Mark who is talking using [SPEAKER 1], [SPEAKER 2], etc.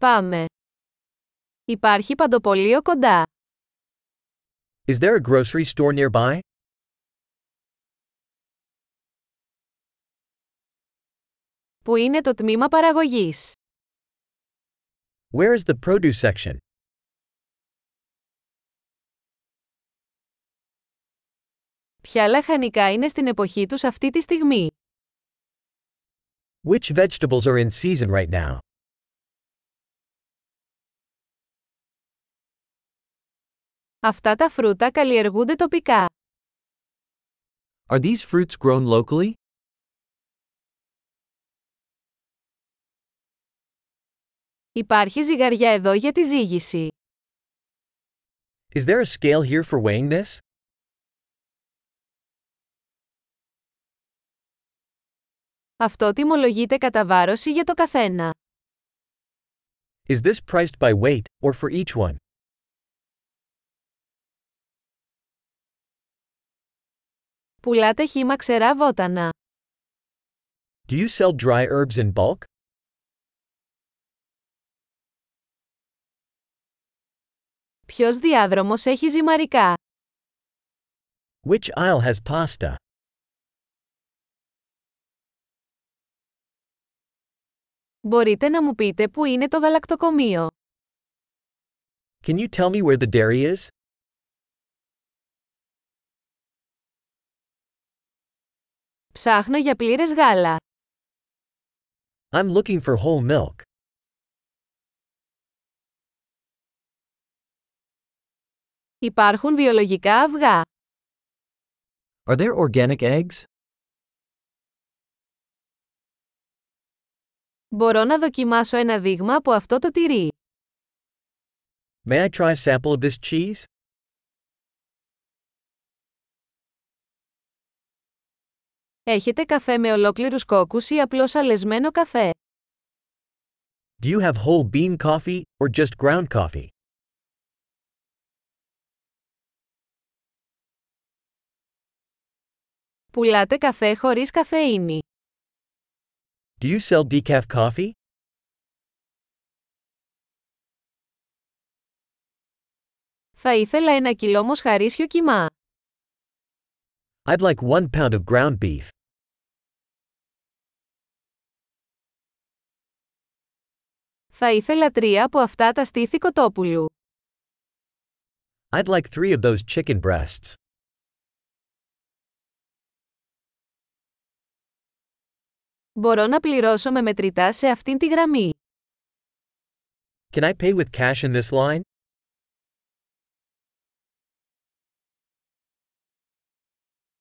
[SPEAKER 1] Πάμε. Υπάρχει παντοπολείο κοντά.
[SPEAKER 2] Is there a grocery store nearby?
[SPEAKER 1] Πού είναι το τμήμα παραγωγής.
[SPEAKER 2] Where is the produce section?
[SPEAKER 1] Ποια λαχανικά είναι στην εποχή τους αυτή τη στιγμή.
[SPEAKER 2] Which vegetables are in season right now?
[SPEAKER 1] Αυτά τα φρούτα καλλιεργούνται τοπικά.
[SPEAKER 2] Are these fruits grown locally?
[SPEAKER 1] Υπάρχει ζυγαριά εδώ για τη ζύγηση.
[SPEAKER 2] Is there a scale here for weighing this?
[SPEAKER 1] Αυτό τιμολογείται κατά βάρωση για το καθένα.
[SPEAKER 2] Is this priced by weight, or for each one?
[SPEAKER 1] Πουλάτε χήμα ξερά βότανα.
[SPEAKER 2] Do you sell dry herbs in bulk?
[SPEAKER 1] Ποιος διάδρομος έχει ζυμαρικά.
[SPEAKER 2] Which aisle has pasta?
[SPEAKER 1] Μπορείτε να μου πείτε πού είναι το γαλακτοκομείο.
[SPEAKER 2] Can you tell me where the dairy is?
[SPEAKER 1] Ψάχνω για πλήρες γάλα.
[SPEAKER 2] I'm looking for whole milk.
[SPEAKER 1] Υπάρχουν βιολογικά αυγά.
[SPEAKER 2] Are there organic eggs?
[SPEAKER 1] Μπορώ να δοκιμάσω ένα δείγμα από αυτό το τυρί.
[SPEAKER 2] May I try a sample of this cheese?
[SPEAKER 1] Έχετε καφέ με ολόκληρους κόκκους ή απλώς αλεσμένο καφέ.
[SPEAKER 2] Do you have whole bean coffee, or just ground coffee?
[SPEAKER 1] Πουλάτε καφέ χωρίς καφεΐνη.
[SPEAKER 2] Do you sell decaf coffee?
[SPEAKER 1] Θα ήθελα ένα κιλό μοσχαρίσιο κιμά.
[SPEAKER 2] I'd like one pound of ground beef.
[SPEAKER 1] Θα ήθελα τρία από αυτά τα στήθη κοτόπουλου.
[SPEAKER 2] I'd like three of those chicken breasts.
[SPEAKER 1] Μπορώ να πληρώσω με μετρητά σε αυτήν τη γραμμή.
[SPEAKER 2] Can I pay with cash in this line?